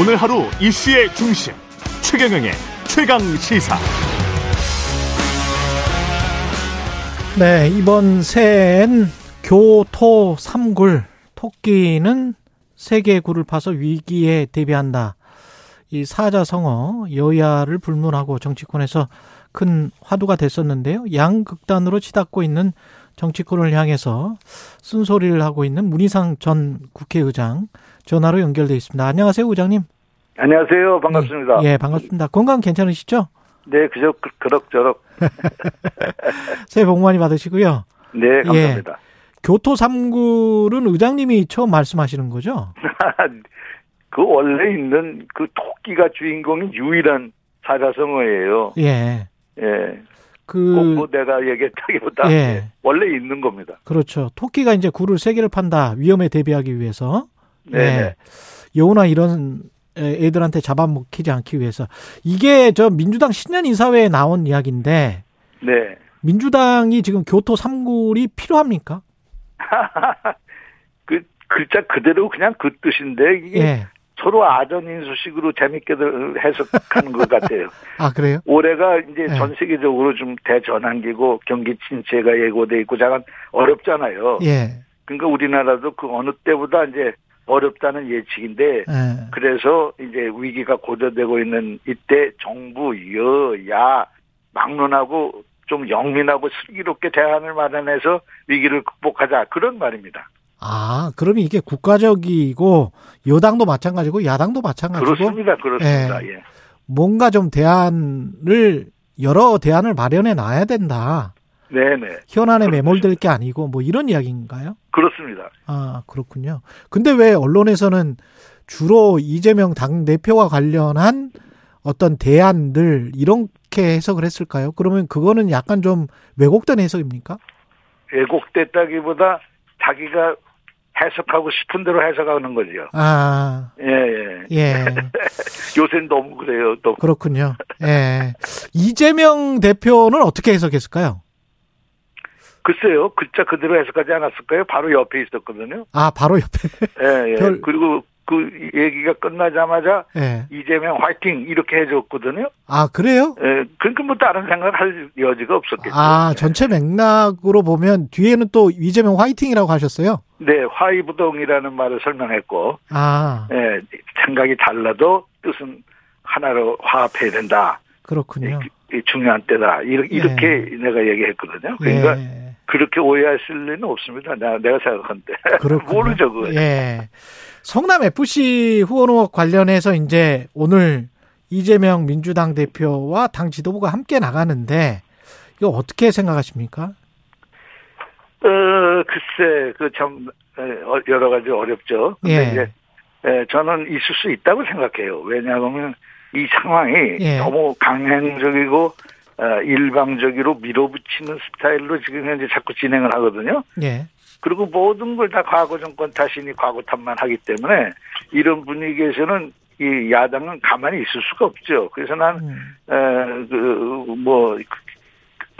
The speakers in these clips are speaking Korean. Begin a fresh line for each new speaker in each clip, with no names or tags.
오늘 하루 이슈의 중심 최경영의 최강 시사.
네, 이번 새해엔 교토 삼굴 토끼는 세계 굴을 파서 위기에 대비한다. 이 사자성어 여야를 불문하고 정치권에서 큰 화두가 됐었는데요. 양극단으로 치닫고 있는 정치권을 향해서 쓴소리를 하고 있는 문희상 전 국회의장 전화로 연결돼 있습니다. 안녕하세요, 의장님.
안녕하세요. 반갑습니다.
예, 반갑습니다. 건강 괜찮으시죠?
네, 그저 그- 그럭저럭.
새해 복 많이 받으시고요. 예.
네, 감사합니다.
교토 삼굴은 의장님이 처음 말씀하시는 거죠?
그 원래 있는 그 토끼가 주인공인 유일한 사자성어예요.
예.
예. 꼭
그
뭐 내가 얘기했다기보다
예.
원래 있는 겁니다.
그렇죠. 토끼가 이제 굴을 세 개를 판다. 위험에 대비하기 위해서.
네.
예. 여우나 이런 애- 애들한테 잡아먹히지 않기 위해서. 이게 저 민주당 신년 이사회에 나온 이야기인데
네.
민주당이 지금 교토 삼굴이 필요합니까?
그 글자 그대로 그냥 그 뜻인데 이게
예.
서로 아전인수식으로 재밌게들 해석하는 것 같아요.
아, 그래요?
올해가 이제
네.
전 세계적으로 좀 대전환기고 경기 침체가 예고돼 있고 약간 어렵잖아요.
예.
그러니까 우리나라도 그 어느 때보다 이제 어렵다는 예측인데
예.
그래서 이제 위기가 고조되고 있는 이때 정부 여야 막론하고 좀 영민하고 슬기롭게 대안을 마련해서 위기를 극복하자 그런 말입니다.
아, 그러면 이게 국가적이고 여당도 마찬가지고 야당도 마찬가지고
아, 그렇습니다, 그렇습니다. 예.
뭔가 좀 대안을 여러 대안을 마련해 놔야 된다.
네네
현안에 매몰될 게 아니고 뭐 이런 이야기인가요?
그렇습니다.
아 그렇군요. 근데 왜 언론에서는 주로 이재명 당 대표와 관련한 어떤 대안들 이렇게 해석을 했을까요? 그러면 그거는 약간 좀 왜곡된 해석입니까?
왜곡됐다기보다 자기가 해석하고 싶은 대로 해석하는 거죠.
아
예, 예.
예.
요새 는 너무 그래요. 너무
그렇군요. 예. 이재명 대표는 어떻게 해석했을까요?
글쎄요, 글자 그대로 해석하지 않았을까요? 바로 옆에 있었거든요.
아, 바로 옆에.
예, 예.
별-
그리고 그 얘기가 끝나자마자
예.
이재명 화이팅 이렇게 해줬거든요.
아, 그래요?
예, 그러니까 뭐 다른 생각할 여지가 없었겠죠.
아,
예.
전체 맥락으로 보면 뒤에는 또 이재명 화이팅이라고 하셨어요?
네, 화이부동이라는 말을 설명했고,
아,
예, 생각이 달라도 뜻은 하나로 화합해야 된다.
그렇군요.
이, 이 중요한 때다. 이렇- 이렇게, 내가 얘기했거든요. 그러니까
예.
그렇게 오해하실 리는 없습니다. 나, 내가 생각한 데.
그렇군요.
모르죠, 그거.
예. 성남 FC 후원 의혹 관련해서 이제 오늘 이재명 민주당 대표와 당 지도부가 함께 나가는데 이거 어떻게 생각하십니까?
어, 글쎄, 그 참 여러 가지 어렵죠. 근데
예.
이제 예, 저는 있을 수 있다고 생각해요. 왜냐하면 이 상황이
예.
너무 강행적이고 어, 일방적으로 밀어붙이는 스타일로 지금 현재 자꾸 진행을 하거든요.
예.
그리고 모든 걸 다 과거 정권 탓이니 과거 탓만 하기 때문에 이런 분위기에서는 이 야당은 가만히 있을 수가 없죠. 그래서 난
음.
그, 그뭐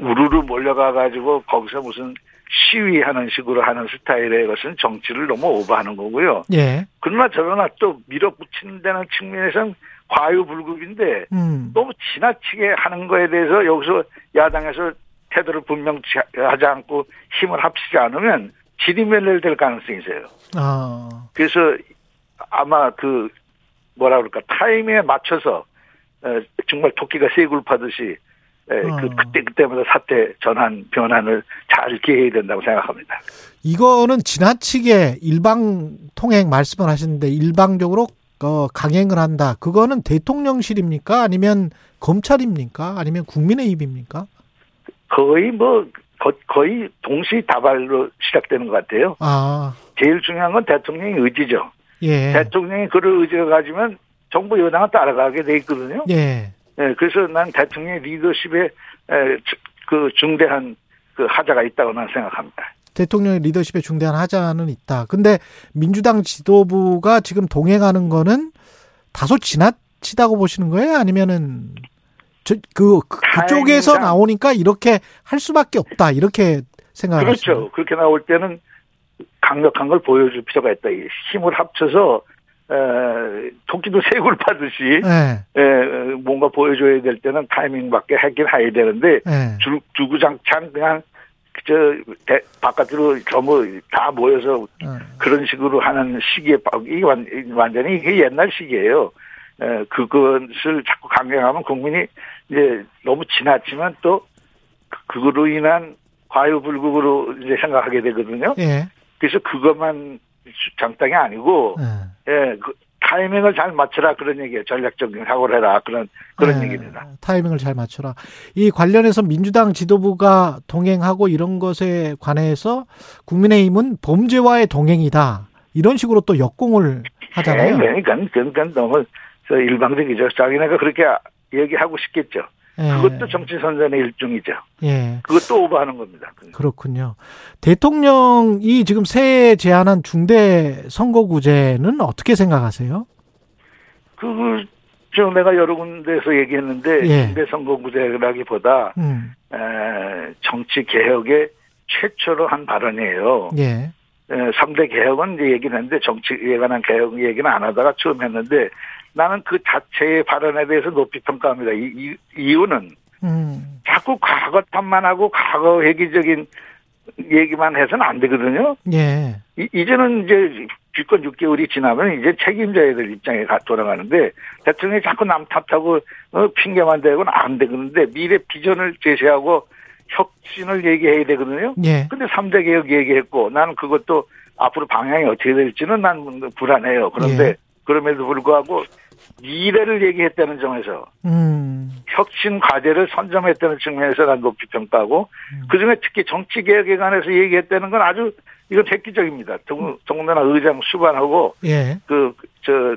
우르르 몰려가 가지고 거기서 무슨 시위하는 식으로 하는 스타일의 것은 정치를 너무 오버하는 거고요.
예.
그러나 저러나 또 밀어붙이는 다는 측면에선 과유불급인데
음.
너무 지나치게 하는 거에 대해서 여기서 야당에서 태도를 분명히 하지 않고 힘을 합치지 않으면 질이 멸렬될 가능성이 있어요.
아.
그래서 아마 그 뭐라 그럴까 타이밍에 맞춰서 에, 정말 토끼가 세굴 파듯이 에,
어.
그 그때 그때마다 사태 전환 변환을 잘 기해야 된다고 생각합니다.
이거는 지나치게 일방 통행 말씀을 하시는데 일방적으로 어, 강행을 한다. 그거는 대통령실입니까? 아니면 검찰입니까? 아니면 국민의 입입니까?
거의 뭐 거, 거의 동시다발로 시작되는 것 같아요.
아,
제일 중요한 건 대통령의 의지죠.
예.
대통령이 그를 의지가 가지면 정부 여당은 따라가게 돼 있거든요.
예.
예, 그래서 난 대통령의 리더십에 에, 주- 그 중대한 그 하자가 있다고 난 생각합니다.
대통령의 리더십에 중대한 하자는 있다. 근데 민주당 지도부가 지금 동행하는 거는 다소 지나치다고 보시는 거예요? 아니면은 저, 그, 그- 그쪽에서
다행이다.
나오니까 이렇게 할 수밖에 없다. 이렇게 생각하시죠?
그렇죠. 그렇게 나올 때는 강력한 걸 보여줄 필요가 있다. 이 힘을 합쳐서 에, 토끼도 세굴 파듯이
예,
에, 뭔가 보여줘야 될 때는 타이밍 밖에 하긴 해야 되는데
예.
주, 주구장창 그냥 저 대- 바깥으로 전부 다 모여서
어,
그런 식으로 하는 시기에 빠- 이게 완- 완전히 이게 옛날 시기예요. 에, 그것을 자꾸 강경하면 국민이 이제 너무 지나치면 또 그- 그거로 인한 과유불급으로 이제 생각하게 되거든요.
예, 예.
그래서 그것만 장땅이 아니고
네.
예, 그 타이밍을 잘 맞춰라 그런 얘기예요. 전략적인 사고를 해라 그런 그런
예,
얘기입니다.
타이밍을 잘 맞춰라. 이 관련해서 민주당 지도부가 동행하고 이런 것에 관해서 국민의힘은 범죄와의 동행이다. 이런 식으로 또 역공을
예,
하잖아요.
그러니까 그건, 그건 너무 저 일방적이죠. 자기네가 그렇게 얘기하고 싶겠죠.
예,
그것도 정치 선전의 일종이죠.
예.
그것도 오버하는 겁니다.
그렇군요. 대통령이 지금 새해 제안한 중대 선거구제는 어떻게 생각하세요?
그, 저 내가 여러 군데서 얘기했는데
예.
중대 선거구제라기보다
음,
에, 정치 개혁의 최초로 한 발언이에요.
예,
에, 3대 개혁은 이제 얘기는 했는데 정치에 관한 개혁 얘기는 안 하다가 처음 했는데 나는 그 자체의 발언에 대해서 높이 평가합니다. 이, 이- 이유는
음,
자꾸 과거 탓만 하고 과거 회기적인 얘기만 해서는 안 되거든요.
예,
이- 이제는 이제 집권 6개월이 지나면 이제 책임져야될 입장에 가- 돌아가는데 대통령이 자꾸 남 탓하고 어, 핑계만 대고는 안 되는데 미래 비전을 제시하고 혁신을 얘기해야 되거든요.
예,
근데 3대 개혁 얘기했고 나는 그것도 앞으로 방향이 어떻게 될지는 난 불안해요. 그런데
예.
그럼에도 불구하고 미래를 얘기했다는 점에서
음,
혁신 과제를 선점했다는 측면에서 난 높이 평가하고
음.
그중에 특히 정치 개혁에 관해서 얘기했다는 건 아주 이건 획기적입니다. 동, 동나라 의장 수반하고
예,
그 저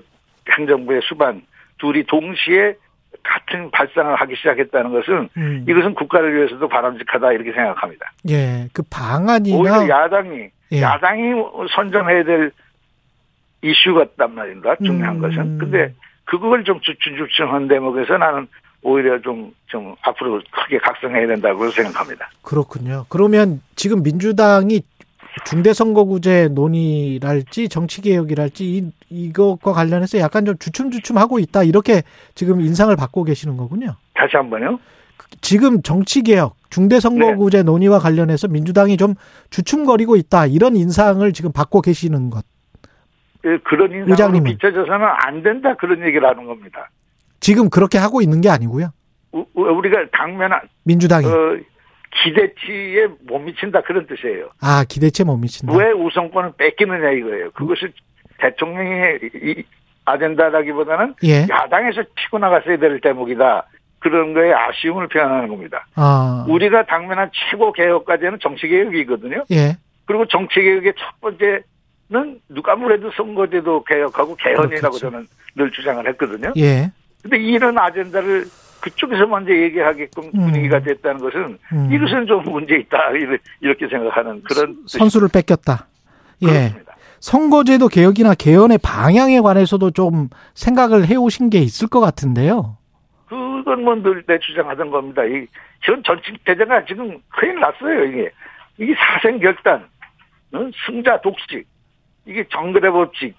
행정부의 수반 둘이 동시에 같은 발상을 하기 시작했다는 것은
음,
이것은 국가를 위해서도 바람직하다 이렇게 생각합니다.
예, 그
오히려
방안이나
야당이
예.
야당이 선점해야 될 이슈 같단 말입니다. 중요한
음.
것은. 근데 그걸 좀 주춤주춤한 대목에서 나는 오히려 좀, 좀 앞으로 크게 각성해야 된다고 생각합니다.
그렇군요. 그러면 지금 민주당이 중대선거구제 논의랄지 정치개혁이랄지 이, 이것과 관련해서 약간 좀 주춤주춤하고 있다 이렇게 지금 인상을 받고 계시는 거군요.
다시 한 번요.
지금 정치개혁, 중대선거구제
네.
논의와 관련해서 민주당이 좀 주춤거리고 있다 이런 인상을 지금 받고 계시는 것.
예, 그런 인상으로
의장님은?
비춰져서는 안 된다 그런 얘기를 하는 겁니다.
지금 그렇게 하고 있는 게 아니고요.
우- 우- 우리가 당면, 어,
민주당이
기대치에 못 미친다 그런 뜻이에요.
아 기대치에 못 미친다.
왜 우선권을 뺏기느냐 이거예요. 그것이 대통령의 이- 아젠다라기보다는
예.
야당에서 치고 나갔어야 될 대목이다. 그런 거에 아쉬움을 표현하는 겁니다.
아.
우리가 당면한 최고 개혁까지는 정치개혁이거든요.
예.
그리고 정치개혁의 첫 번째는 누가 뭐래도 선거제도 개혁하고 개헌이라고
그렇겠죠.
저는 늘 주장을 했거든요.
예.
근데 이런 아젠다를 그쪽에서 먼저 얘기하게끔 분위기가 됐다는 것은
음.
이것은 좀 문제 있다. 이래- 이렇게 생각하는 그런
선수를 뺏겼다. 예.
그렇습니다.
선거제도 개혁이나 개헌의 방향에 관해서도 좀 생각을 해오신 게 있을 것 같은데요.
그건 뭐 늘 내 주장하던 겁니다. 이, 전 전직 대제가 지금 큰일 났어요, 이게. 이게 사생결단, 어? 승자 독식, 이게 정글의 법칙,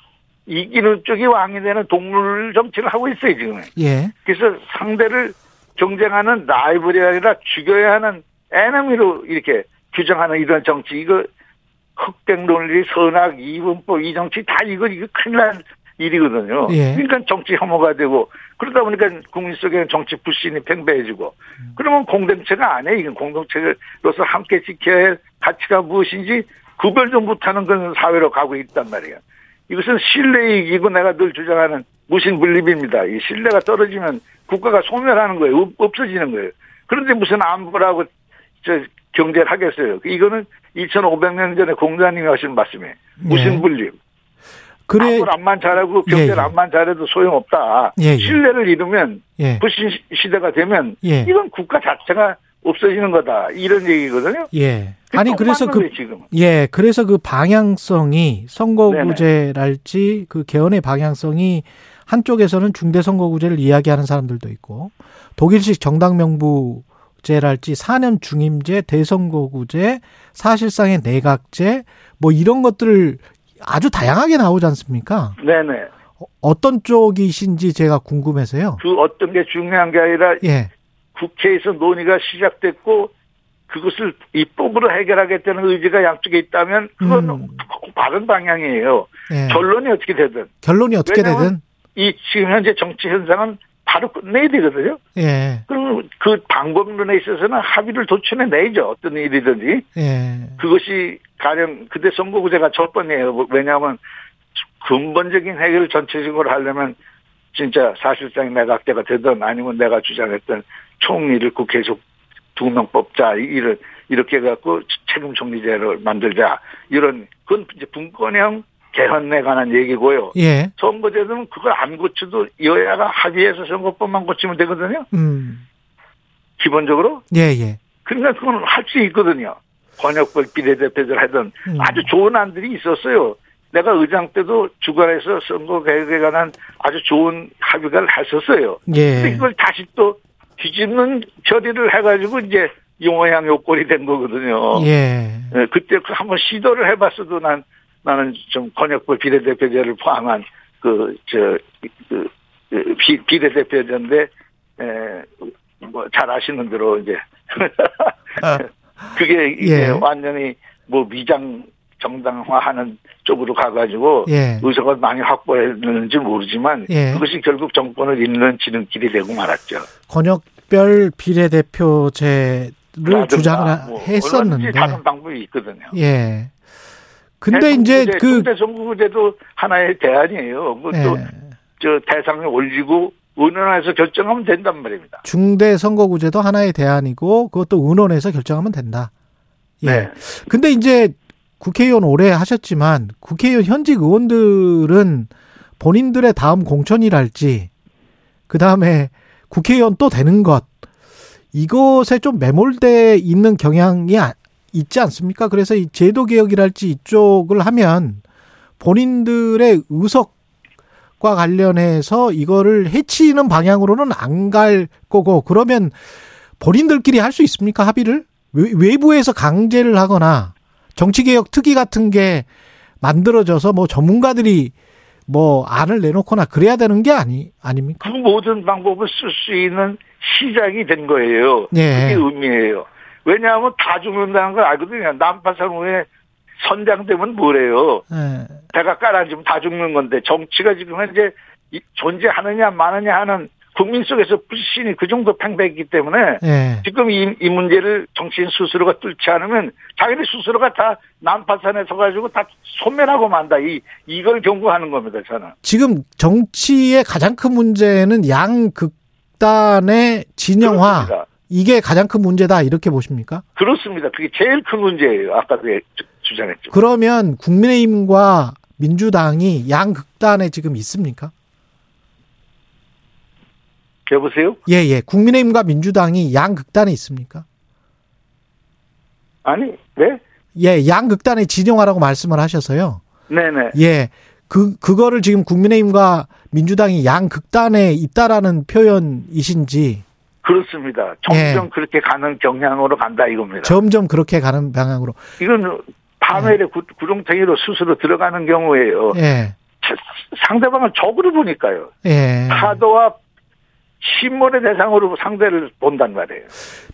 이기는 쪽이 왕이 되는 동물 정치를 하고 있어요, 지금.
예.
그래서 상대를 경쟁하는 라이벌이 아니라 죽여야 하는 에너미로 이렇게 규정하는 이런 정치, 이거 흑백 논리, 선악, 이분법, 이 정치 다 이거, 이거 큰일 난 일이거든요.
예.
그러니까 정치 혐오가 되고, 그러다 보니까 국민 속에는 정치 불신이 팽배해지고, 그러면 공동체가 아니에요. 이건 공동체로서 함께 지켜야 할 가치가 무엇인지 구별도 못하는 그런 사회로 가고 있단 말이에요. 이것은 신뢰이기고 내가 늘 주장하는 무신불립입니다. 이 신뢰가 떨어지면 국가가 소멸하는 거예요. 없- 없어지는 거예요. 그런데 무슨 안보라고 저 경제를 하겠어요. 이거는 2500년 전에 공자님이 하신 말씀이에요. 무신불립.
네. 그래.
안보를 안만 잘하고 경제를
예, 예.
안만 잘해도 소용없다.
예, 예.
신뢰를 잃으면
예.
불신 시- 시대가 되면
예.
이건 국가 자체가 없어지는 거다. 이런 얘기거든요.
예.
그게
아니
또
그래서 그
맞는 거예요, 지금.
예, 그래서 그 방향성이 선거구제랄지 그 개헌의 방향성이 한쪽에서는 중대선거구제를 이야기하는 사람들도 있고 독일식 정당명부제랄지 4년 중임제, 대선거구제, 사실상의 내각제 뭐 이런 것들을 아주 다양하게 나오지 않습니까?
네네.
어떤 쪽이신지 제가 궁금해서요.
그 어떤 게 중요한 게 아니라
예.
국회에서 논의가 시작됐고 그것을 입법으로 해결하겠다는 의지가 양쪽에 있다면 그건
음.
바른 방향이에요.
예.
결론이 어떻게 되든
결론이 어떻게
왜냐면-
되든
이 지금 현재 정치 현상은 바로 끝내야 되거든요.
예.
그럼 그 방법론에 있어서는 합의를 도출해 내죠. 어떤 일이든지
예.
그것이 가령 그때 선거구제가 첫 번이에요. 왜냐하면 근본적인 해결을 전체적으로 하려면 진짜 사실상 내각제가 되든 아니면 내가 주장했던 총리를 국회에서 두 명 뽑자 이- 이런 이렇게 해갖고 책임 총리제를 만들자 이런 그건 이제 분권형 개헌에 관한 얘기고요.
예.
선거제도는 그걸 안 고쳐도 여야가 합의해서 선거법만 고치면 되거든요.
음.
기본적으로
예, 예.
그러니까 그건 할 수 있거든요. 권역별 비례대표들 하든
음.
아주 좋은 안들이 있었어요. 내가 의장 때도 주관해서 선거 개혁에 관한 아주 좋은 합의를 했었어요. 근데
예.
이걸 다시 또 뒤집는 처리를 해가지고 이제 용어양 요꼴이 된 거거든요.
예.
예, 그때 그 한번 시도를 해봤어도 난 나는 좀 권역별 비례대표제를 포함한 그저 그, 그 비- 비례대표제인데 뭐잘 아시는 대로 이제
아,
그게 이제
예.
완전히 뭐 위장 정당화하는 쪽으로 가가지고
예.
의석을 많이 확보했는지 모르지만
예.
그것이 결국 정권을 잇는 지름길이 되고 말았죠.
권역별 비례대표제를 주장을 하-
뭐
했었는데.
얼마든지 다른 네, 방법이 있거든요.
예. 근데 이제 그
중대선거제도 하나의 대안이에요. 그것도
예.
저 대상을 올리고 의논해서 결정하면 된단 말입니다.
중대 선거구제도 하나의 대안이고 그것도 의논해서 결정하면 된다. 예.
네.
근데 이제 국회의원 오래 하셨지만 국회의원 현직 의원들은 본인들의 다음 공천이랄지 그 다음에 국회의원 또 되는 것 이것에 좀 매몰돼 있는 경향이 아- 있지 않습니까? 그래서 이 제도 개혁이랄지 이쪽을 하면 본인들의 의석과 관련해서 이거를 해치는 방향으로는 안 갈 거고 그러면 본인들끼리 할 수 있습니까 합의를 외- 외부에서 강제를 하거나 정치개혁 특위 같은 게 만들어져서 뭐 전문가들이 뭐 안을 내놓거나 그래야 되는 게 아니 아닙니까?
그 모든 방법을 쓸 수 있는 시작이 된 거예요.
예.
그게 의미예요. 왜냐하면 다 죽는다는 걸 알거든요. 난파상후에 선장되면 뭐래요.
예.
배가 깔아지면 다 죽는 건데 정치가 지금 현재 이- 존재하느냐 마느냐 하는 국민 속에서 불신이 그 정도 팽배했기 때문에
예.
지금 이, 이 문제를 정치인 스스로가 뚫지 않으면 자기네 스스로가 다 난파산에 서가지고 다 소멸하고 만다. 이, 이걸 경고하는 겁니다, 저는.
지금 정치의 가장 큰 문제는 양극단의 진영화
그렇습니다.
이게 가장 큰 문제다 이렇게 보십니까?
그렇습니다. 그게 제일 큰 문제예요. 아까도 예- 주- 주장했죠.
그러면 국민의힘과 민주당이 양극단에 지금 있습니까?
여보세요?
예, 예. 국민의힘과 민주당이 양극단에 있습니까?
아니, 네?
예, 양극단의 진영화라고 말씀을 하셔서요.
네네.
예. 그, 그거를 지금 국민의힘과 민주당이 양극단에 있다라는 표현이신지
그렇습니다.
예.
점점 그렇게 가는 경향으로 간다 이겁니다.
점점 그렇게 가는 방향으로.
이건 파멸의 구- 구렁텅이로 스스로 들어가는 경우에요.
예.
상대방을 적으로 보니까요.
예.
파도와 신문의 대상으로 상대를 본단 말이에요.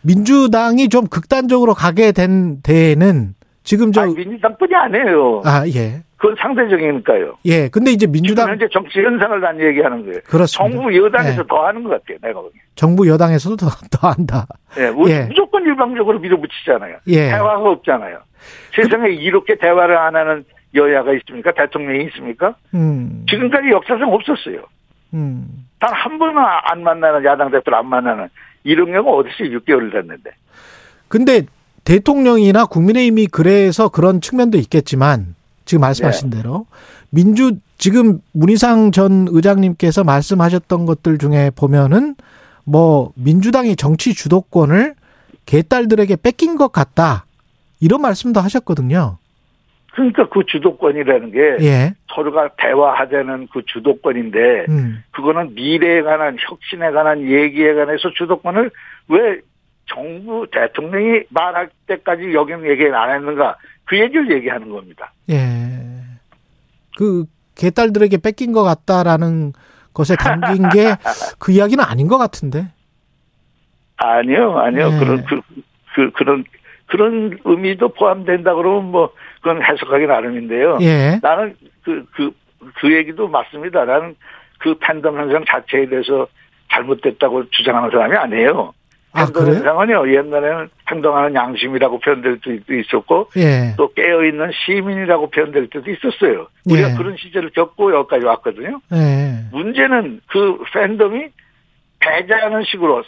민주당이 좀 극단적으로 가게 된 데에는 지금 저,
아니, 뭐. 민주당뿐이 아니에요.
아, 예.
그건 상대적이니까요.
예. 근데 이제
지금
민주당,
현재 정치 현상을 난 얘기하는 거예요.
그렇습니다.
정부 여당에서
예.
더 하는 것 같아요. 내가 보기엔.
정부 여당에서도 더, 더 한다.
예, 우리
예.
무조건 일방적으로 밀어붙이잖아요.
예.
대화가 없잖아요. 세상에 이렇게 대화를 안 하는 여야가 있습니까? 대통령이 있습니까?
음.
지금까지 역사상 없었어요.
음.
단 한 번은 안 만나는 야당 대표를 안 만나는 이런 경우가 어디서 6개월을 됐는데.
근데 대통령이나 국민의힘이 그래서 그런 측면도 있겠지만 지금 말씀하신 대로 민주 지금 문희상 전 의장님께서 말씀하셨던 것들 중에 보면은 뭐 민주당이 정치 주도권을 개딸들에게 뺏긴 것 같다 이런 말씀도 하셨거든요.
그러니까 그 주도권이라는 게
예,
서로가 대화하자는 그 주도권인데
음,
그거는 미래에 관한 혁신에 관한 얘기에 관해서 주도권을 왜 정부 대통령이 말할 때까지 여기는 얘기 안 했는가 그 얘기를 얘기하는 겁니다.
예. 그 개딸들에게 뺏긴 것 같다라는 것에 담긴 게 그 이야기는 아닌 것 같은데.
아니요, 아니요.
네.
그런, 그, 그, 그런, 그런 의미도 포함된다 그러면 뭐, 그건 해석하기 나름인데요.
예.
나는 그, 그, 그 얘기도 맞습니다. 나는 그 팬덤 현상 자체에 대해서 잘못됐다고 주장하는 사람이 아니에요.
아,
팬덤
그래요?
현상은요, 옛날에는 행동하는 양심이라고 표현될 때도 있었고,
예.
또 깨어있는 시민이라고 표현될 때도 있었어요. 우리가
예.
그런 시절을 겪고 여기까지 왔거든요.
예.
문제는 그 팬덤이 배제하는 식으로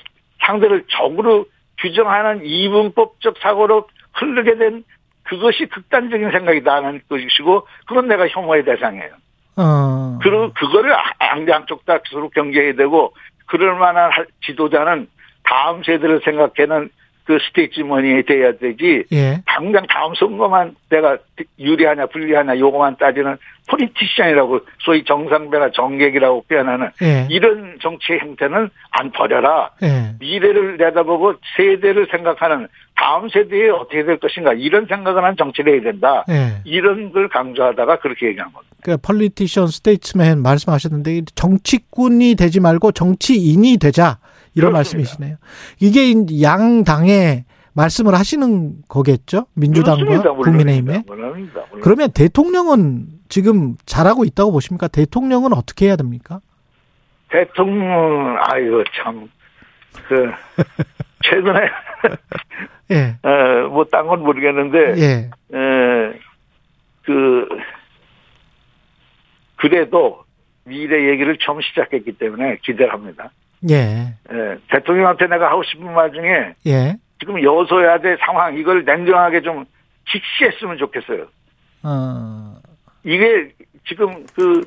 상대를 적으로 규정하는 이분법적 사고로 흐르게 된 그것이 극단적인 생각이다는 것이고 그건 내가 혐오의 대상이에요.
어.
그리고 그거를 아- 양쪽 다 서로 경계해야 되고 그럴 만한 할- 지도자는 다음 세대를 생각하는 그 스테이지머니에 돼야 되지
예.
당장 다음 선거만 내가 유리하냐 불리하냐 요거만 따지는 포리티션이라고 소위 정상배나 정객이라고 표현하는
예.
이런 정치 행태는 안 버려라.
예.
미래를 내다보고 세대를 생각하는 다음 세대에 어떻게 될 것인가 이런 생각을 한 정치를 해야 된다.
예.
이런 걸 강조하다가 그렇게 얘기한 겁니다.
그 펄리티션 스테이트맨 말씀하셨는데 이 정치꾼이 되지 말고 정치인이 되자 이런
그렇습니다.
말씀이시네요. 이게 이 양당의 말씀을 하시는 거겠죠? 민주당과
그렇습니다. 물론이다.
국민의힘에.
물론입니다. 물론.
그러면 대통령은 지금 잘하고 있다고 보십니까? 대통령은 어떻게 해야 됩니까?
대통령 아이고 참그 최근에
예.
뭐 딴 건 모르겠는데
예.
에, 그, 그래도 미래 얘기를 처음 시작했기 때문에 기대를 합니다.
예.
에, 대통령한테 내가 하고 싶은 말 중에
예.
지금 여소야대 상황 이걸 냉정하게 좀 직시했으면 좋겠어요.
어.
이게 지금 그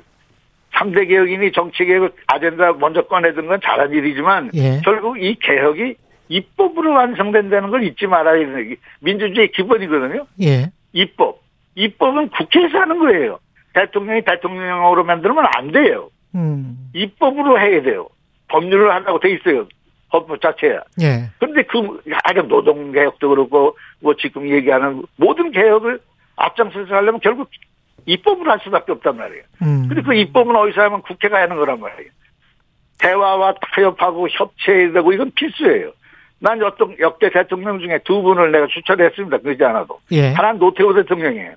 3대 개혁이니 정치 개혁 아젠다 먼저 꺼내든 건 잘한 일이지만
예.
결국 이 개혁이 입법으로 완성된다는 걸 잊지 말아야 되는 게 민주주의 기본이거든요.
예.
입법. 입법은 국회에서 하는 거예요. 대통령이 대통령으로 만들면 안 돼요.
음.
입법으로 해야 돼요. 법률을 한다고 돼 있어요. 헌법 자체야.
예.
그런데 그, 아직 노동개혁도 그렇고, 뭐 지금 얘기하는 모든 개혁을 앞장서서 하려면 결국 입법으로 할 수밖에 없단 말이에요.
음.
근데 그 입법은 어디서 하면 국회가 하는 거란 말이에요. 대화와 타협하고 협치해야 되고 이건 필수예요. 난 어떤 역대 대통령 중에 두 분을 내가 추천했습니다. 그러지 않아도.
예.
하나는 노태우 대통령이에요.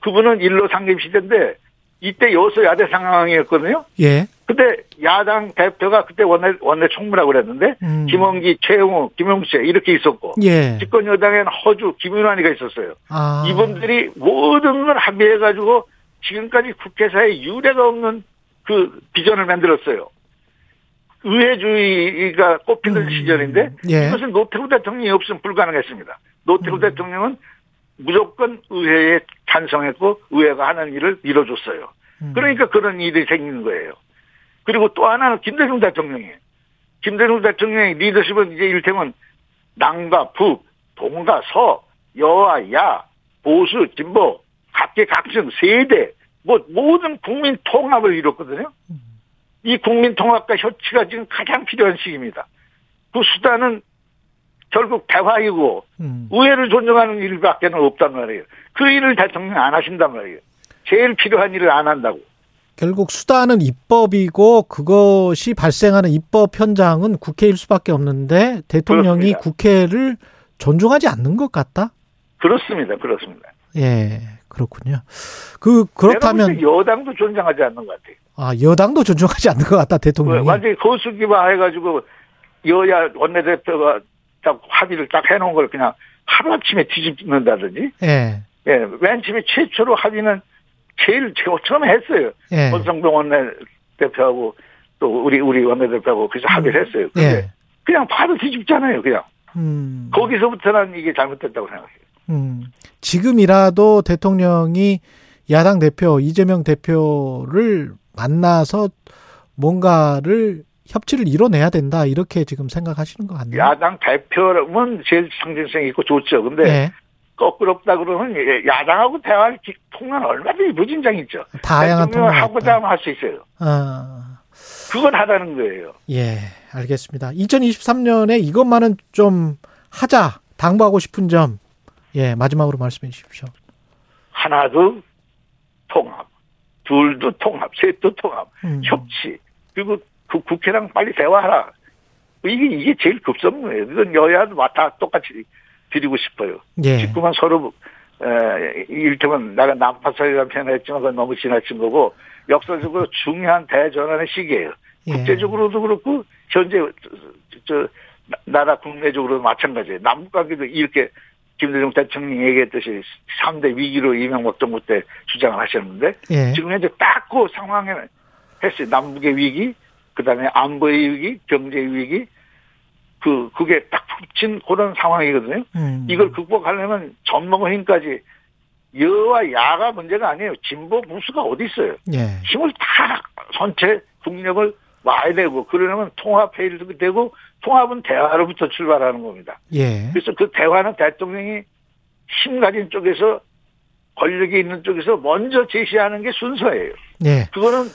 그분은 일로 상임 시대인데 이때 여소야대 상황이었거든요.
예.
근데 야당 대표가 그때 원내 원내 총무라고 그랬는데
음.
김원기, 최영우, 김용수 이렇게 있었고
예.
집권 여당에는 허주, 김윤환이가 있었어요.
아.
이분들이 모든 걸 합의해 가지고 지금까지 국회사에 유례가 없는 그 비전을 만들었어요. 의회주의가 꽃피는
음.
시절인데
예. 음.
이것은 노태우 대통령이 없으면 불가능했습니다. 노태우 대통령은 무조건 의회에 찬성했고 의회가 하는 일을 이뤄줬어요.
음.
그러니까 그런 일이 생기는 거예요. 그리고 또 하나는 김대중 대통령이에요. 김대중 대통령의 리더십은 이제 일테면 남과 북, 동과 서, 여와 야, 보수, 진보, 각계각층, 세대, 뭐 모든 국민 통합을 이뤘거든요. 이 국민 통합과 협치가 지금 가장 필요한 시기입니다. 그 수단은 결국 대화이고
음.
의회를 존중하는 일밖에는 없단 말이에요. 그 일을 대통령이 안 하신단 말이에요. 제일 필요한 일을 안 한다고.
결국 수단은 입법이고 그것이 발생하는 입법 현장은 국회일 수밖에 없는데 대통령이
그렇습니다.
국회를 존중하지 않는 것 같다.
그렇습니다. 그렇습니다.
예, 그렇군요. 그
내가
그렇다면
볼때 여당도 존중하지 않는 것 같아요.
아 여당도 존중하지 않는 것 같다 대통령이.
그 완전히 거수기만 해가지고 여야 원내대표가 딱 합의를 딱 해놓은 걸 그냥 하루아침에 뒤집는다든지
예,
예, 맨 처음에 최초로 합의는 제일 제일 처음에 했어요.
예,
권성동 원내대표하고 또 우리 우리 원내대표하고 그래서 합의를 했어요. 근데
음. 예.
그냥 바로 뒤집잖아요. 그냥
음,
거기서부터는 이게 잘못됐다고 생각해요.
음. 지금이라도 대통령이 야당 대표 이재명 대표를 만나서 뭔가를 협치를 이뤄내야 된다 이렇게 지금 생각하시는 것 같네요.
야당 네. 대표는 제일 상징성 있고 좋죠. 근데
예.
거꾸럽다 그러면 예, 야당하고 대화를 기- 통한 얼마든지 무진장 있죠.
다양한
대통령을
통로가
하고자
있다.
하면 할 수 있어요.
아,
그건 하라는 거예요.
예, 알겠습니다. 2023년에 이것만은 좀 하자 당부하고 싶은 점, 예 마지막으로 말씀해 주십시오.
하나도 통합. 둘도 통합, 셋도 통합,
음.
협치 그리고 그 국회랑 빨리 대화하라. 이게 이게 제일 급선무예요. 이건 여야도 다 똑같이 드리고 싶어요.
예.
식구만 서로 에, 일종은 내가 남파사이라는 표현을 했지만 그건 너무 지나친 거고 역사적으로 중요한 대전환의 시기예요.
예.
국제적으로도 그렇고 현재 저, 저, 나- 나라 국내적으로도 마찬가지예요. 남북 관계도 이렇게 김대중 대통령이 얘기했듯이 3대 위기로 이명박 정부 때 주장을 하셨는데
예.
지금 현재 딱 그 상황에 했어요. 남북의 위기, 그다음에 안보의 위기, 경제의 위기, 그 그게 딱 붙인 그런 상황이거든요.
음.
이걸 극복하려면 전문가 힘까지 여와 야가 문제가 아니에요. 진보 보수가 어디 있어요?
예.
힘을 다 선체 국력을 와야 되고 그러려면 통합 회의도 되고 통합은 대화로부터 출발하는 겁니다.
예.
그래서 그 대화는 대통령이 힘 가진 쪽에서 권력이 있는 쪽에서 먼저 제시하는 게 순서예요.
예.
그거는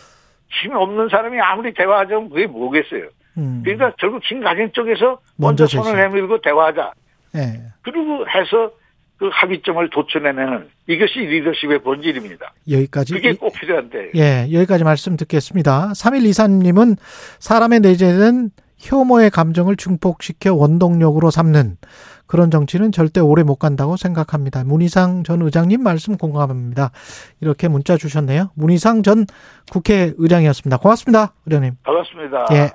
힘이 없는 사람이 아무리 대화하자면 그게 뭐겠어요.
음.
그러니까 결국 힘 가진 쪽에서 먼저
먼저 제시.
손을 내밀고 대화하자.
예.
그리고 해서 그 합의점을 도출해내는 이것이 리더십의 본질입니다.
여기까지.
그게
이-
꼭 필요한데
예, 여기까지 말씀 듣겠습니다. 3123님은 사람의 내재는 혐오의 감정을 증폭시켜 원동력으로 삼는 그런 정치는 절대 오래 못 간다고 생각합니다. 문희상 전 의장님 말씀 공감합니다. 이렇게 문자 주셨네요. 문희상 전 국회의장이었습니다. 고맙습니다. 의장님.
반갑습니다.
예.